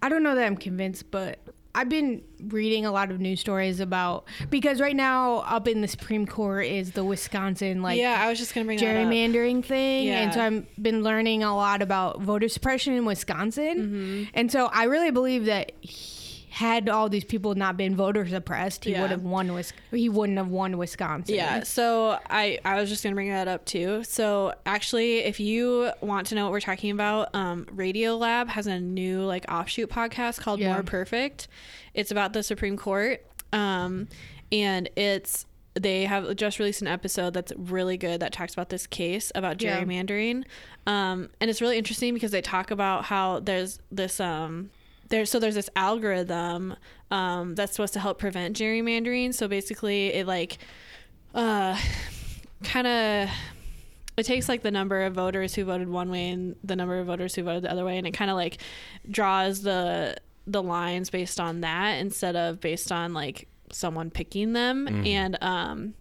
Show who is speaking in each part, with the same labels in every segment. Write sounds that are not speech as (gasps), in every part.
Speaker 1: I don't know that I'm convinced, but I've been reading a lot of news stories about because right now up in the Supreme Court is the Wisconsin like
Speaker 2: yeah, I was just gonna bring that up.
Speaker 1: gerrymandering thing,
Speaker 2: Yeah.
Speaker 1: and so I've been learning a lot about voter suppression in
Speaker 2: Mm-hmm.
Speaker 1: Wisconsin, and so I really believe that. he- had all these people not been voter suppressed, he
Speaker 2: Yeah.
Speaker 1: would have won. Wis- he wouldn't have won Wisconsin.
Speaker 2: Yeah, so I I was just gonna bring that up too. So actually, if you want to know what we're talking about, um, Radio Lab has a new like offshoot podcast called
Speaker 1: Yeah.
Speaker 2: More Perfect. It's about the Supreme Court, um, and it's they have just released an episode that's really good that talks about this case about
Speaker 1: Yeah.
Speaker 2: gerrymandering, um, and it's really interesting because they talk about how there's this um, there's so there's this algorithm um, that's supposed to help prevent gerrymandering. So basically, it like uh, kind of it takes like the number of voters who voted one way and the number of voters who voted the other way, and it kind of like draws the the lines based on that instead of based on like someone picking them and um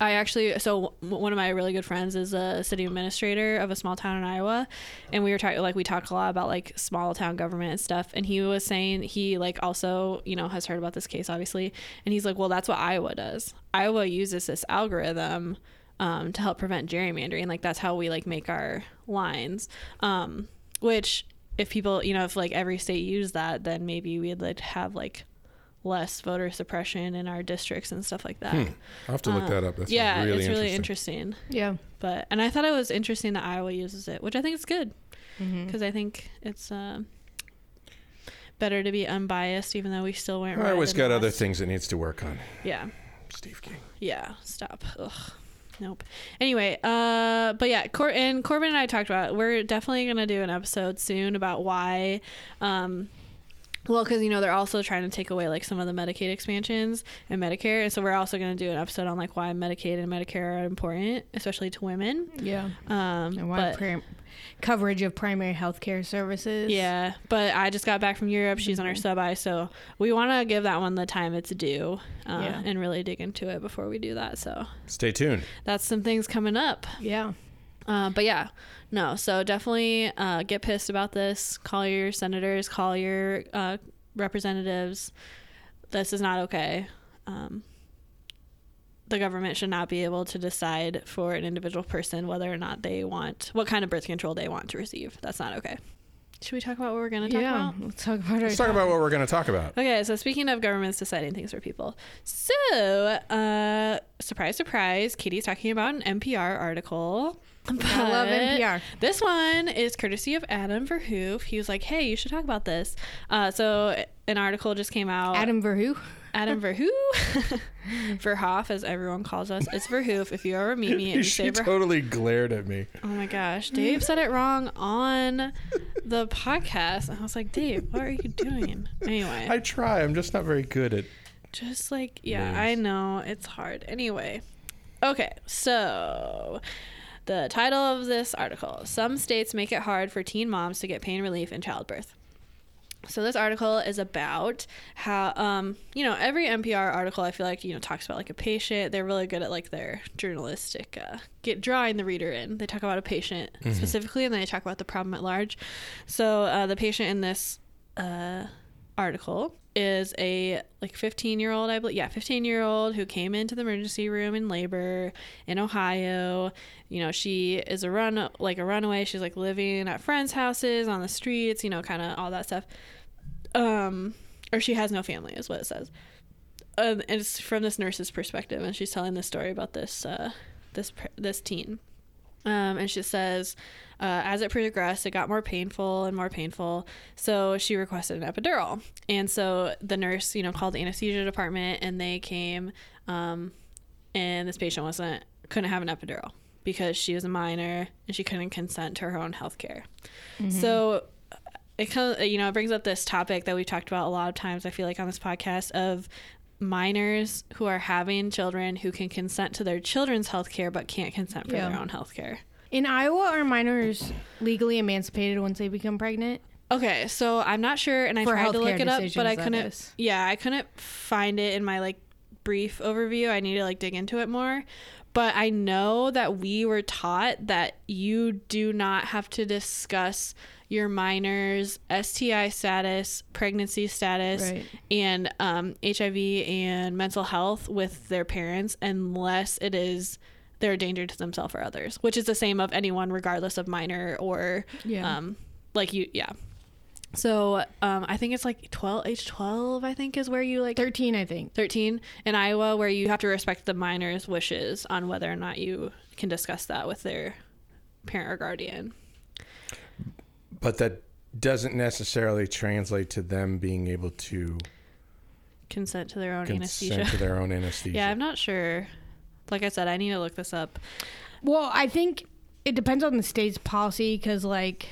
Speaker 2: I actually so w- one of my really good friends is a city administrator of a small town in Iowa, and we were talking like we talk a lot about like small town government and stuff. And he was saying he like also you know has heard about this case obviously, and he's like, well that's what Iowa does. Iowa uses this algorithm um, to help prevent gerrymandering. Like that's how we like make our lines. Um, which if people you know if like every state used that, then maybe we'd like have like less voter suppression in our districts and stuff like that
Speaker 3: I'll have to look that up. That's
Speaker 2: Uh, yeah, it's
Speaker 3: really interesting.
Speaker 2: really interesting.
Speaker 1: yeah.
Speaker 2: But and I thought it was interesting that Iowa uses it, which I think is good because I think it's um better to be unbiased, even though we still weren't.
Speaker 3: I
Speaker 2: right
Speaker 3: always
Speaker 2: in the
Speaker 3: got other
Speaker 2: last-
Speaker 3: things it needs to work on.
Speaker 2: Yeah,
Speaker 3: Steve King.
Speaker 2: yeah. Stop. Ugh. Nope. Anyway, uh, but yeah, Cor- and Corbin and I talked about. It. We're definitely gonna do an episode soon about why. Um, well, because you know they're also trying to take away like some of the Medicaid expansions and Medicare, and so we're also going to do an episode on like why Medicaid and Medicare are important, especially to women.
Speaker 1: Yeah.
Speaker 2: Um,
Speaker 1: And why
Speaker 2: but-
Speaker 1: prim- coverage of primary health care services.
Speaker 2: yeah, but I just got back from Europe. She's on her
Speaker 1: Mm-hmm.
Speaker 2: sub I, so we want to give that one the time it's due uh,
Speaker 1: Yeah.
Speaker 2: and really dig into it before we do that. So
Speaker 3: Stay tuned.
Speaker 2: that's some things coming up.
Speaker 1: Yeah.
Speaker 2: Uh, but yeah, no, so definitely uh, get pissed about this. Call your senators, call your uh, representatives. This is not okay. Um, the government should not be able to decide for an individual person whether or not they want what kind of birth control they want to receive. That's not okay. Should we talk about what we're going to talk about?
Speaker 1: let's talk about our
Speaker 3: Let's talk about what we're going to talk about.
Speaker 2: Okay, so speaking of governments deciding things for people, so uh, surprise, surprise, Katie's talking about an NPR article.
Speaker 1: I love
Speaker 2: But
Speaker 1: NPR.
Speaker 2: This one is courtesy of Adam Verhoof. He was like, "Hey, you should talk about this." Uh, so an article just came out.
Speaker 1: Adam Verhoof.
Speaker 2: Adam (laughs) Verhoof, Verhoff, as everyone calls us. It's Verhoof. If you ever meet
Speaker 3: (laughs)
Speaker 2: me and you say
Speaker 3: She
Speaker 2: Verhoof,
Speaker 3: totally glared at me.
Speaker 2: Oh my gosh, Dave said it wrong on the podcast. And I was like, Dave, what are you doing? Anyway,
Speaker 3: I try. I'm just not very good at.
Speaker 2: just like, yeah,
Speaker 3: Names.
Speaker 2: I know it's hard. Anyway, okay, so the title of this article Some states make it hard for teen moms to get pain relief in childbirth. So this article is about how um, you know every NPR article I feel like you know talks about like a patient. They're really good at like their journalistic uh, get drawing the reader in. They talk about a patient specifically, and then they talk about the problem at large. So uh, the patient in this uh, article is a like 15 year old I believe yeah 15 year old who came into the emergency room in labor in Ohio you know she is a run like a runaway she's like living at friends houses on the streets you know kind of all that stuff um or she has no family is what it says um, and it's from this nurse's perspective and she's telling this story about this uh this pr- this teen um, and she says, uh, as it progressed, it got more painful and more painful. So she requested an epidural. And so the nurse, you know, called the anesthesia department and they came. Um, and this patient wasn't, couldn't have an epidural because she was a minor and she couldn't consent to her own health care. So uh, it comes, you know, it brings up this topic that we've talked about a lot of times, I feel like, on this podcast of minors who are having children who can consent to their children's health care but can't consent for
Speaker 1: Yeah.
Speaker 2: their own health care.
Speaker 1: In Iowa, are minors legally emancipated once they become pregnant?
Speaker 2: Okay, so I'm not sure, and I
Speaker 1: For
Speaker 2: tried to look
Speaker 1: healthcare
Speaker 2: it up, but
Speaker 1: decisions,
Speaker 2: I
Speaker 1: that
Speaker 2: couldn't.
Speaker 1: is.
Speaker 2: Yeah, I couldn't find it in my like brief overview. I need to like dig into it more. But I know that we were taught that you do not have to discuss your minor's STI status, pregnancy status,
Speaker 1: Right.
Speaker 2: and um, HIV and mental health with their parents unless it is they're a danger to themselves or others, which is the same of anyone, regardless of minor or
Speaker 1: Yeah.
Speaker 2: um, like you, yeah. So um, I think it's like 12, age 12, I think is where you like
Speaker 1: 13, I think.
Speaker 2: 13 in Iowa, where you have to respect the minor's wishes on whether or not you can discuss that with their parent or guardian.
Speaker 3: But that doesn't necessarily translate to them being able to
Speaker 2: Consent to their own (laughs)
Speaker 3: consent
Speaker 2: anesthesia.
Speaker 3: to their own anesthesia.
Speaker 2: yeah, I'm not sure. Like I said, I need to look this up.
Speaker 1: Well, I think it depends on the state's policy because, like,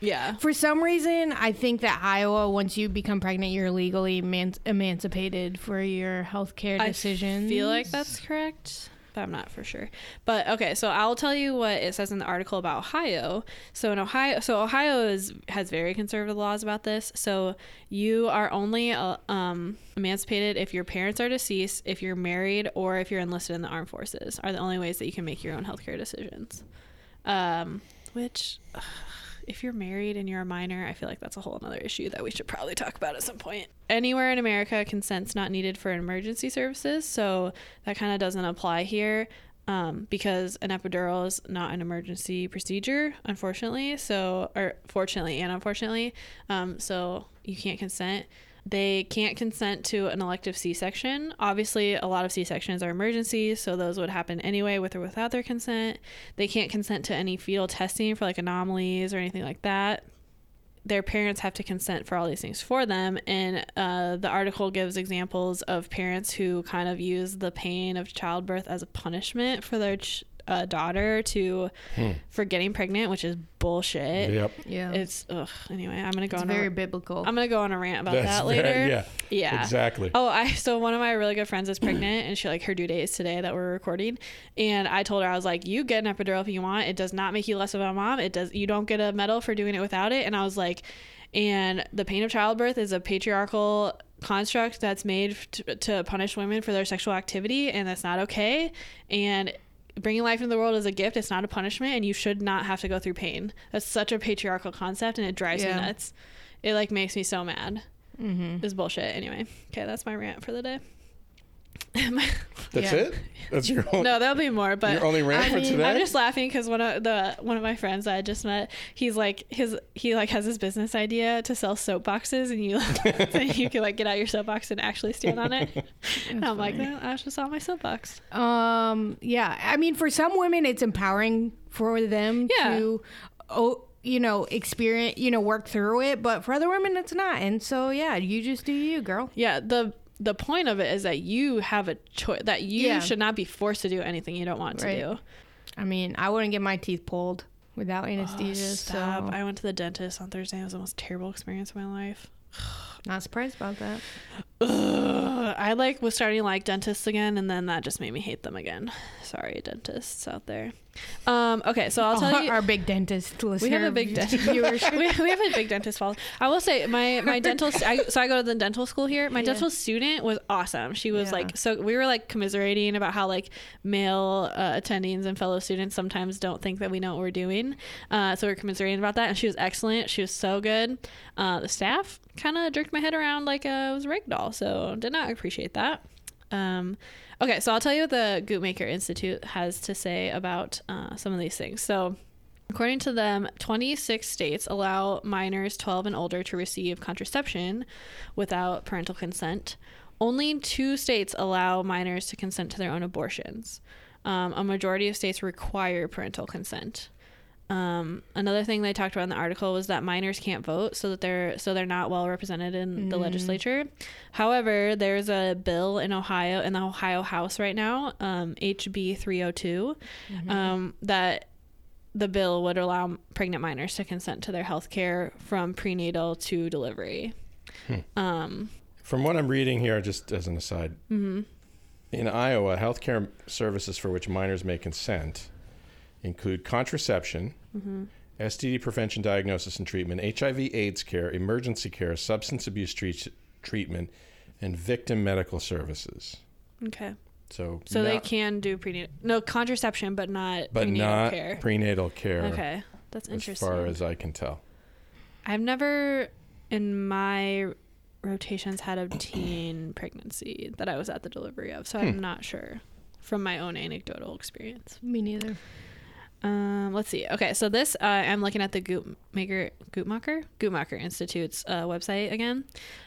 Speaker 2: Yeah.
Speaker 1: for some reason, I think that Iowa, once you become pregnant, you're legally eman- emancipated for your healthcare decisions.
Speaker 2: I feel like that's correct, but I'm not for sure. But okay, so I'll tell you what it says in the article about Ohio. So in Ohio, so Ohio is has very conservative laws about this. So you are only uh, um, emancipated if your parents are deceased, if you're married, or if you're enlisted in the armed forces. Are the only ways that you can make your own healthcare decisions. Um, which. ugh, if you're married and you're a minor, I feel like that's a whole other issue that we should probably talk about at some point. Anywhere in America, consent's not needed for emergency services, so that kind of doesn't apply here um, because an epidural is not an emergency procedure, unfortunately. So, or fortunately and unfortunately, um, so you can't consent. They can't consent to an elective C section. Obviously, a lot of C sections are emergencies, so those would happen anyway with or without their consent. They can't consent to any fetal testing for like anomalies or anything like that. Their parents have to consent for all these things for them. And uh, the article gives examples of parents who kind of use the pain of childbirth as a punishment for their ch- uh, daughter to for getting pregnant, which is bullshit.
Speaker 3: Yep.
Speaker 1: Yeah. It's,
Speaker 2: It's ugh, anyway. I'm gonna go on
Speaker 1: very
Speaker 2: a,
Speaker 1: biblical.
Speaker 2: I'm gonna go on a rant about that
Speaker 3: very-
Speaker 2: later.
Speaker 3: yeah.
Speaker 2: Yeah.
Speaker 3: Exactly.
Speaker 2: Oh, I so one of my really good friends is pregnant, and she like her due date is today that we're recording, and I told her I was like, you get an epidural if you want. It does not make you less of a mom. It does. You don't get a medal for doing it without it. And I was like, and the pain of childbirth is a patriarchal construct that's made to, to punish women for their sexual activity, and that's not okay. And bringing life into the world is a gift. It's not a punishment, and you should not have to go through pain. That's such a patriarchal concept, and it drives
Speaker 1: Yeah.
Speaker 2: me nuts.
Speaker 1: (laughs)
Speaker 2: It like makes me so mad. It's bullshit. Anyway, okay, that's my rant for the day.
Speaker 3: That's
Speaker 1: Yeah.
Speaker 3: it. That's your only,
Speaker 2: no, there'll be more, but
Speaker 3: your only rant
Speaker 1: I
Speaker 3: for
Speaker 1: mean,
Speaker 3: today.
Speaker 2: I'm just laughing because one of the one of my friends that I just met, he's like his he like has his business idea to sell soap boxes, and you (laughs) and you can like get out your soapbox and actually stand
Speaker 1: (laughs)
Speaker 2: on it. and I'm like, no, I just saw my soapbox.
Speaker 1: Um, yeah. I mean, for some women, it's empowering for them
Speaker 2: Yeah.
Speaker 1: to, oh, you know, experience, you know, work through it. But for other women, it's not. And so, yeah, you just do you, girl.
Speaker 2: Yeah, the the point of it is that you have a choice that you
Speaker 1: Yeah.
Speaker 2: should not be forced to do anything you don't want
Speaker 1: Right.
Speaker 2: to do.
Speaker 1: I mean, I wouldn't get my teeth pulled without anesthesia.
Speaker 2: Oh, Stop.
Speaker 1: So,
Speaker 2: I went to the dentist on Thursday. It was the most terrible experience of my life.
Speaker 1: not surprised about that.
Speaker 2: Ugh. I like was starting to like dentists again, and then that just made me hate them again. Sorry, dentists out there. Um, okay, so I'll (laughs) tell
Speaker 1: our,
Speaker 2: you.
Speaker 1: our big dentist listener.
Speaker 2: we have a big (laughs) dentist. we, we
Speaker 1: viewers.
Speaker 2: have a big dentist follow. I will say my my dental. st- I, so I go to the dental school here. My
Speaker 1: Yeah.
Speaker 2: dental student was awesome. She was
Speaker 1: Yeah.
Speaker 2: like so. We were like commiserating about how like male uh, attendings and fellow students sometimes don't think that we know what we're doing. Uh, so we were commiserating about that, and she was excellent. She was so good. Uh, the staff kind of jerked my head around like I was a rag doll. So did not appreciate that. Um, okay, so I'll tell you what the Guttmaker Institute has to say about uh, some of these things. So, according to them, 26 states allow minors 12 and older to receive contraception without parental consent. Only two states allow minors to consent to their own abortions. Um, a majority of states require parental consent. Um, another thing they talked about in the article was that minors can't vote, so that they're so they're not well represented in the legislature. However, there's a bill in Ohio in the Ohio House right now, um, HB 302, um, that the bill would allow pregnant minors to consent to their health care from prenatal to delivery.
Speaker 3: From what I'm reading here, just as an aside, in Iowa, healthcare services for which minors may consent include contraception, STD prevention, diagnosis and treatment, HIV/AIDS care, emergency care, substance abuse treat- treatment, and victim medical services.
Speaker 2: Okay,
Speaker 3: So,
Speaker 2: so they
Speaker 3: not-
Speaker 2: can do prenatal no contraception, but not
Speaker 3: but
Speaker 2: prenatal
Speaker 3: not
Speaker 2: care.
Speaker 3: prenatal care,
Speaker 2: okay, that's
Speaker 3: as
Speaker 2: interesting.
Speaker 3: far as I can tell.
Speaker 2: I've never in my rotations had a teen pregnancy that I was at the delivery of, so
Speaker 3: Hmm.
Speaker 2: I'm not sure from my own anecdotal experience.
Speaker 1: Me neither.
Speaker 2: Um, let's see. Okay, so this uh, I'm looking at the Guttmaker Guttmacher Guttmacher Institute's uh, website again.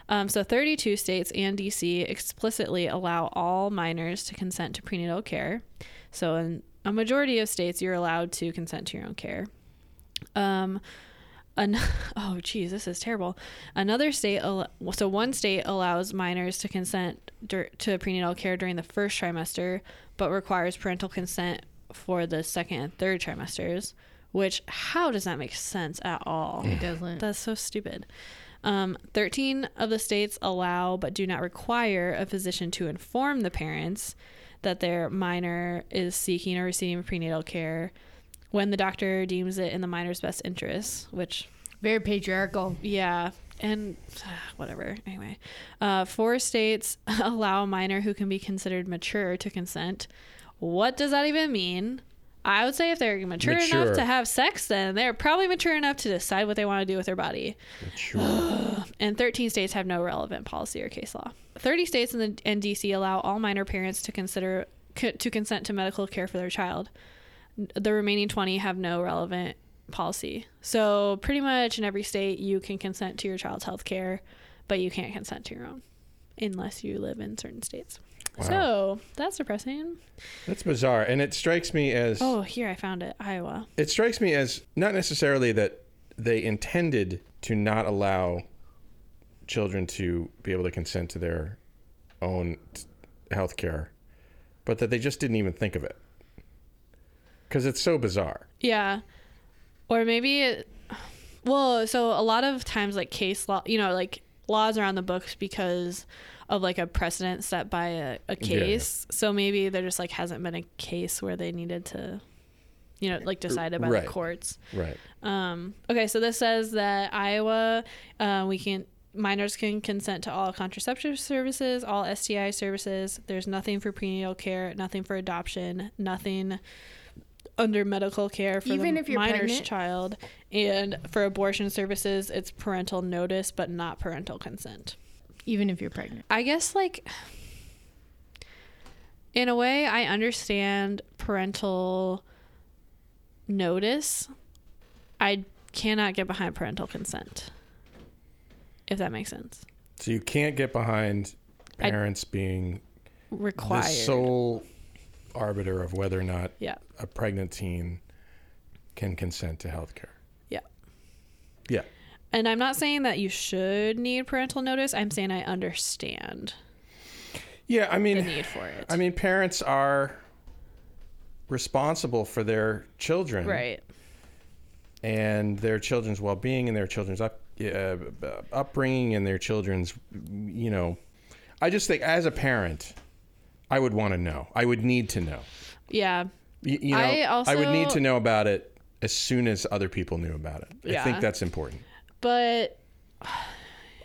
Speaker 2: Um, so 32 states and DC explicitly allow all minors to consent to prenatal care. So in a majority of states, you're allowed to consent to your own care. Um, an- (laughs) oh, geez, this is terrible. Another state, al- so one state allows minors to consent dur- to prenatal care during the first trimester, but requires parental consent for the second and third trimesters. Which, how does that make sense at all?
Speaker 1: It doesn't.
Speaker 2: That's so stupid. Um, 13 of the states allow but do not require a physician to inform the parents that their minor is seeking or receiving prenatal care when the doctor deems it in the minor's best interest, which
Speaker 1: Very patriarchal.
Speaker 2: yeah, and (sighs) whatever. Anyway, uh, four states (laughs) allow a minor who can be considered mature to consent. What does that even mean? I would say if they're mature,
Speaker 3: Mature.
Speaker 2: enough to have sex, then they're probably mature enough to decide what they want to do with their body. (gasps)
Speaker 3: Sure.
Speaker 2: And 13 states have no relevant policy or case law. 30 states in the and DC allow all minor parents to consider co- to consent to medical care for their child. The remaining 20 have no relevant policy. So pretty much in every state you can consent to your child's health care, but you can't consent to your own unless you live in certain states.
Speaker 3: Wow.
Speaker 2: So that's depressing.
Speaker 3: That's bizarre, and it strikes me as
Speaker 2: Oh, here I found it. Iowa.
Speaker 3: it strikes me as not necessarily that they intended to not allow children to be able to consent to their own health care, but that they just didn't even think of it. Because it's so bizarre.
Speaker 2: Yeah. Or maybe it, well, so a lot of times like case law, you know, like laws are on the books because of like a precedent set by a, a
Speaker 3: Yeah, yeah.
Speaker 2: case. So maybe there just like hasn't been a case where they needed to you know, like decided by
Speaker 3: right.
Speaker 2: the courts.
Speaker 3: Right.
Speaker 2: Um, okay, so this says that Iowa, uh, we can minors can consent to all contraceptive services, all STI services. There's nothing for prenatal care, nothing for adoption, nothing under medical care for
Speaker 1: Even
Speaker 2: the
Speaker 1: if you're
Speaker 2: minor's
Speaker 1: pregnant?
Speaker 2: child, and for abortion services, it's parental notice but not parental consent.
Speaker 1: Even if you're pregnant.
Speaker 2: I guess like (sighs) in a way, I understand parental notice. I cannot get behind parental consent, if that makes sense.
Speaker 3: So you can't get behind parents being the
Speaker 2: Required.
Speaker 3: sole arbiter of whether or not
Speaker 2: yeah.
Speaker 3: a pregnant teen can consent to health care.
Speaker 2: Yeah.
Speaker 3: Yeah.
Speaker 2: And I'm not saying that you should need parental notice. I'm saying I understand
Speaker 3: Yeah, I mean
Speaker 2: the need for it.
Speaker 3: I mean parents are responsible for their children.
Speaker 2: right.
Speaker 3: and their children's well-being and their children's up, uh, upbringing and their children's you know i just think as a parent i would want to know i would need to know
Speaker 2: Yeah.
Speaker 3: Y- you know
Speaker 2: I
Speaker 3: would need
Speaker 2: also-
Speaker 3: to know about it as soon as other people knew about it i think
Speaker 2: Yeah.
Speaker 3: that's important
Speaker 2: But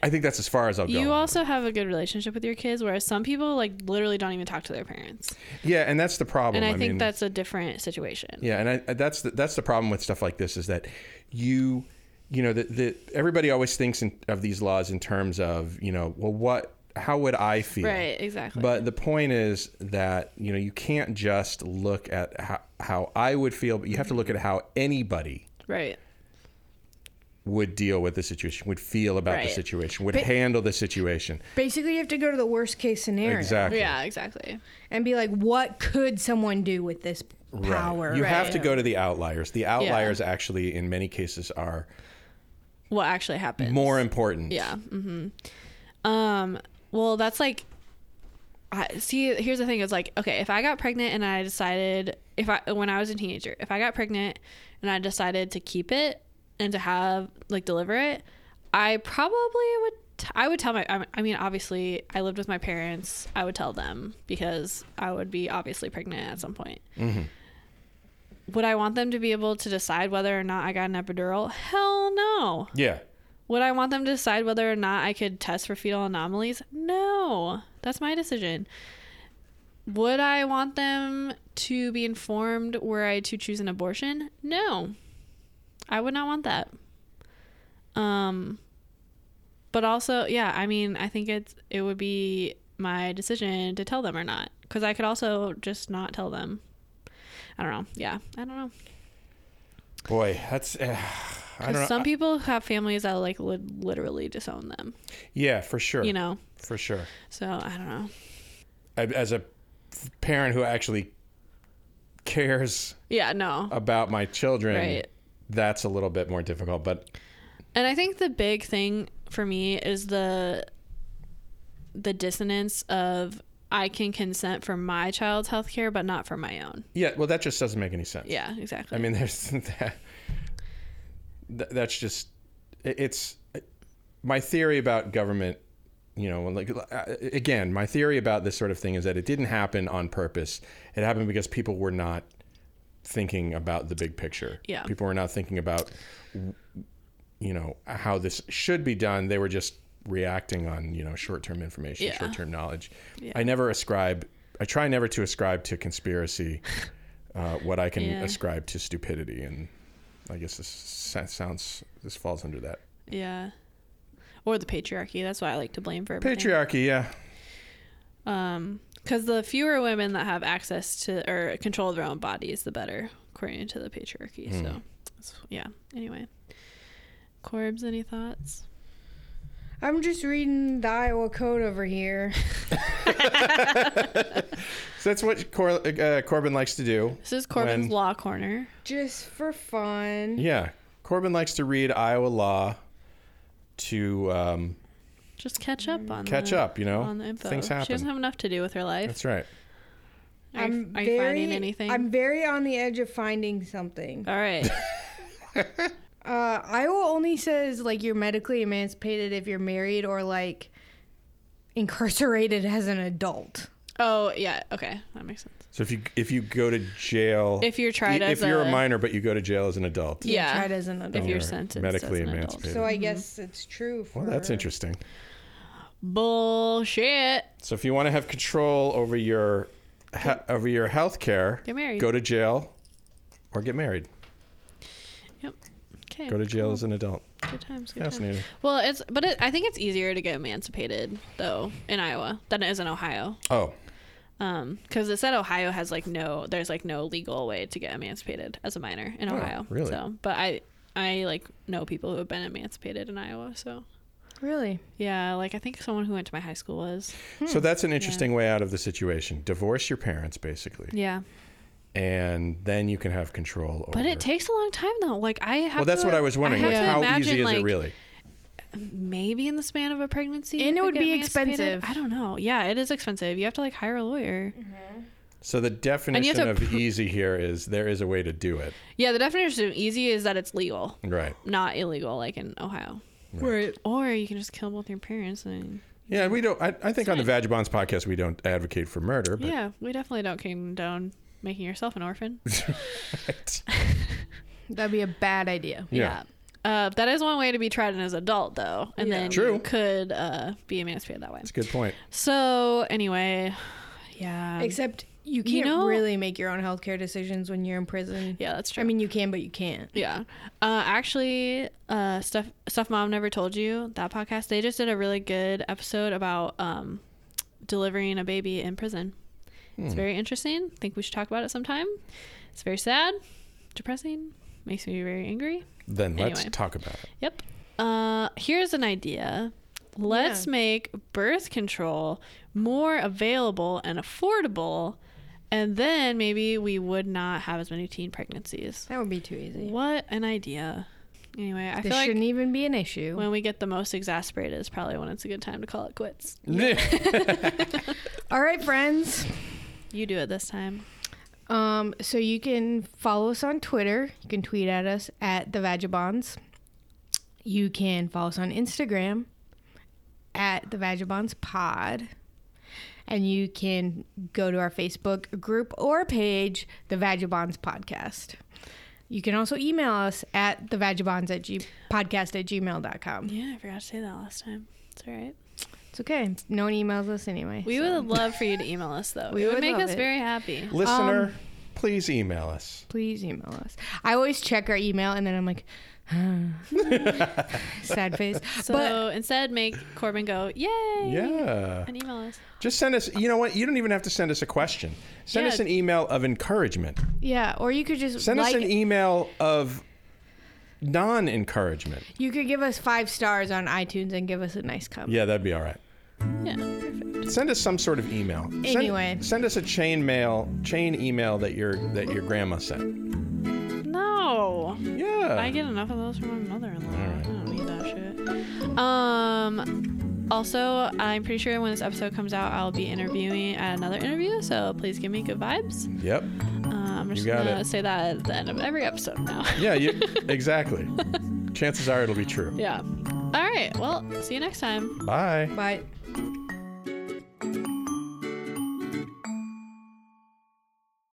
Speaker 3: i think that's as far as i'll go
Speaker 2: you also have a good relationship with your kids, whereas some people like literally don't even talk to their parents.
Speaker 3: yeah and that's the problem
Speaker 2: And I, think
Speaker 3: mean,
Speaker 2: that's a different situation.
Speaker 3: Yeah, and I, that's the, that's the problem with stuff like this is that you you know the, the everybody always thinks in, of these laws in terms of you know well what how would I feel
Speaker 2: Right, exactly.
Speaker 3: but the point is that you know you can't just look at how, how I would feel but you have to look at how anybody
Speaker 2: Right.
Speaker 3: would deal with the situation would feel about
Speaker 2: Right.
Speaker 3: the situation would handle the situation
Speaker 1: Basically, you have to go to the worst case scenario
Speaker 3: exactly
Speaker 2: Yeah, exactly.
Speaker 1: and be like, what could someone do with this power?
Speaker 3: you have
Speaker 2: Right.
Speaker 3: to go to the outliers the outliers actually in many cases are
Speaker 2: What actually happened?
Speaker 3: more important
Speaker 2: Yeah. hmm Um. Well, that's like. I, see, here's the thing: is like, okay, if I got pregnant and I decided, if I when I was a teenager, if I got pregnant and I decided to keep it and to have like deliver it, I probably would. T- I would tell my. I I mean, obviously, I lived with my parents. I would tell them because I would be obviously pregnant at some point. Would I want them to be able to decide whether or not I got an epidural? Hell no.
Speaker 3: yeah
Speaker 2: Would I want them to decide whether or not I could test for fetal anomalies? No, that's my decision. Would I want them to be informed were I to choose an abortion? No, I would not want that. Um, but also, yeah, I mean, I think it's it would be my decision to tell them or not, because I could also just not tell them. I don't know. Yeah, I don't know.
Speaker 3: Boy, that's uh, I don't know.
Speaker 2: Because some people have families that like would literally disown them.
Speaker 3: yeah, for sure.
Speaker 2: You know.
Speaker 3: for sure.
Speaker 2: So I don't know.
Speaker 3: I- As a f- parent who actually cares
Speaker 2: Yeah, no.
Speaker 3: about my children,
Speaker 2: Right.
Speaker 3: that's a little bit more difficult. But
Speaker 2: And I think the big thing for me is the the dissonance of I can consent for my child's health care but not for my own.
Speaker 3: yeah, well, that just doesn't make any sense.
Speaker 2: Yeah, exactly.
Speaker 3: I mean, (laughs) there's that. th- That's just it- it's my theory about government. You know, like uh, again, my theory about this sort of thing is that it didn't happen on purpose. It happened because people were not thinking about the big picture.
Speaker 2: Yeah.
Speaker 3: people were not thinking about you know how this should be done. They were just reacting on you know short-term information,
Speaker 2: Yeah.
Speaker 3: short-term knowledge. I never ascribe. I try never to ascribe to conspiracy uh, what I can
Speaker 2: Yeah.
Speaker 3: ascribe to stupidity, and I guess this sa- sounds this falls under that
Speaker 2: yeah. Or the patriarchy. That's why I like to blame for everything.
Speaker 3: patriarchy. Yeah,
Speaker 2: Um, because the fewer women that have access to or control of their own bodies, the better, according to the patriarchy.
Speaker 3: Hmm.
Speaker 2: So, that's- yeah. Anyway, Corbs, any thoughts?
Speaker 1: I'm just reading the Iowa Code over here. (laughs)
Speaker 3: so that's what Cor- uh, Corbin likes to do.
Speaker 2: This is Corbin's
Speaker 3: When-
Speaker 2: Law Corner.
Speaker 1: just for fun.
Speaker 3: Yeah, Corbin likes to read Iowa law to um,
Speaker 2: Just catch up on
Speaker 3: Mm. catch
Speaker 2: the-
Speaker 3: up. You know,
Speaker 2: Mm, on the info.
Speaker 3: Oh, things
Speaker 2: She doesn't
Speaker 3: happen.
Speaker 2: have enough to do with her life.
Speaker 3: That's right.
Speaker 2: Are, you- are you finding anything?
Speaker 1: I'm very on the edge of finding something.
Speaker 2: All
Speaker 3: (laughs)
Speaker 2: right.
Speaker 1: Uh, Iowa only says like you're medically emancipated if you're married or like incarcerated as an adult.
Speaker 2: Oh yeah. Okay, that makes sense.
Speaker 3: So if you if you go to jail,
Speaker 2: If you're tried
Speaker 3: i- if
Speaker 2: as
Speaker 3: you're
Speaker 2: a-
Speaker 3: a minor but you go to jail as an adult,
Speaker 1: You're
Speaker 2: Yeah.
Speaker 1: tried as an adult.
Speaker 2: If you're
Speaker 3: Or
Speaker 2: sentenced
Speaker 3: medically
Speaker 2: as an adult.
Speaker 3: emancipated.
Speaker 1: so I guess it's true. For
Speaker 3: well, that's interesting.
Speaker 2: Bullshit.
Speaker 3: So if you want to have control over your he- over your health care,
Speaker 2: Get married.
Speaker 3: go to jail or get married.
Speaker 2: Yep. Okay.
Speaker 3: Go to jail as an adult.
Speaker 2: Good times. Good times.
Speaker 3: Fascinating.
Speaker 2: Well, it's but it, I think it's easier to get emancipated though in Iowa than it is in Ohio.
Speaker 3: Oh,
Speaker 2: because it said Ohio has like no, there's like no legal way to get emancipated as a minor in Ohio.
Speaker 3: Oh, really?
Speaker 2: So, but I, I like know people who have been emancipated in Iowa. So,
Speaker 1: Really?
Speaker 2: yeah, like I think someone who went to my high school was.
Speaker 3: So that's an interesting way out of the situation. Divorce your parents, basically,
Speaker 2: Yeah,
Speaker 3: and then you can have control over.
Speaker 2: but it takes a long time though. Like I have.
Speaker 3: Well, that's
Speaker 2: to-
Speaker 3: what I was wondering.
Speaker 2: have
Speaker 3: like,
Speaker 2: to
Speaker 3: how
Speaker 2: imagine,
Speaker 3: easy is it
Speaker 2: like,
Speaker 3: really?
Speaker 2: Maybe in the span of a pregnancy, you
Speaker 1: And it
Speaker 2: could
Speaker 1: would
Speaker 2: get
Speaker 1: be
Speaker 2: emancipated.
Speaker 1: expensive. Mm-hmm.
Speaker 2: I don't know. Yeah, it is expensive. You have to like hire a lawyer.
Speaker 3: So the definition
Speaker 2: to
Speaker 3: of easy here is there is a way to do it,
Speaker 2: Yeah, the definition of easy is that it's legal,
Speaker 3: right?
Speaker 2: not illegal, like in Ohio.
Speaker 1: Right.
Speaker 2: Or you can just kill both your parents and.
Speaker 3: Yeah, we don't. I, I think on the Vagabonds podcast we don't advocate for murder, but
Speaker 2: Yeah, we definitely don't condone making yourself an orphan. (laughs)
Speaker 1: That'd be a bad idea.
Speaker 3: (laughs) Yeah.
Speaker 2: Uh, that is one way to be tried as an adult, though, and then
Speaker 3: True.
Speaker 2: you could uh, be emancipated that way.
Speaker 3: it's a good point.
Speaker 2: So anyway, yeah,
Speaker 1: Except you can't
Speaker 2: You know-
Speaker 1: really make your own healthcare decisions when you're in prison.
Speaker 2: yeah, that's true.
Speaker 1: I mean, you can, but you can't.
Speaker 2: yeah. Uh, actually, uh, stuff stuff mom never told you that podcast. They just did a really good episode about um, delivering a baby in prison. It's very interesting. Think we should talk about it sometime. It's very sad, depressing, makes me very angry.
Speaker 3: Then let's
Speaker 2: Anyway.
Speaker 3: talk about it.
Speaker 2: Yep. Uh, here's an idea. Let's
Speaker 1: Yeah.
Speaker 2: make birth control more available and affordable, and then maybe we would not have as many teen pregnancies.
Speaker 1: That would be too easy.
Speaker 2: What an idea. Anyway, I
Speaker 1: This
Speaker 2: feel like
Speaker 1: shouldn't even be an issue.
Speaker 2: when we get the most exasperated is probably when it's a good time to call it quits.
Speaker 1: All right, friends.
Speaker 2: You do it this time.
Speaker 1: Um, so you can follow us on Twitter. You can tweet at us at the Vagabonds. You can follow us on Instagram at the Vagabonds Pod. And you can go to our Facebook group or page, the Vagabonds Podcast. You can also email us at the Vagabonds at g- podcast at gmail.com.
Speaker 2: Yeah, I forgot to say that last time. It's all right.
Speaker 1: It's okay. No one emails us anyway.
Speaker 2: We would love for you to email us, though.
Speaker 1: We
Speaker 2: it would,
Speaker 1: would
Speaker 2: make
Speaker 1: love
Speaker 2: us
Speaker 1: it.
Speaker 2: very happy. (laughs)
Speaker 3: Listener,
Speaker 2: Um,
Speaker 3: please email us.
Speaker 1: please email us. I always check our email and then I'm like, (laughs) sad face.
Speaker 2: So instead, make Corbin go, yay!
Speaker 3: Yeah.
Speaker 2: And email us.
Speaker 3: Just send us, you know what? You don't even have to send us a question. Send
Speaker 2: Yeah.
Speaker 3: us an email of encouragement.
Speaker 1: Yeah, or you could just
Speaker 3: Send
Speaker 1: like,
Speaker 3: us an e- email of non encouragement.
Speaker 1: you could give us five stars on iTunes and give us a nice comment.
Speaker 3: Yeah, that'd be all right.
Speaker 2: Yeah, perfect.
Speaker 3: Send us some sort of email. Send-
Speaker 1: Anyway.
Speaker 3: Send, us a chain mail, chain email that your that your grandma sent.
Speaker 2: No.
Speaker 3: Yeah.
Speaker 2: I get enough of those from my mother in law. I don't need that shit. Um also, I'm pretty sure when this episode comes out, I'll be interviewing at another interview, so please give me good vibes.
Speaker 3: Yep.
Speaker 2: Uh, I'm just
Speaker 3: got
Speaker 2: gonna
Speaker 3: it.
Speaker 2: say that at the end of every episode now. (laughs)
Speaker 3: Yeah, you, (laughs) exactly. Chances are it'll be true.
Speaker 2: yeah. All right. Well, see you next time.
Speaker 3: Bye.
Speaker 1: But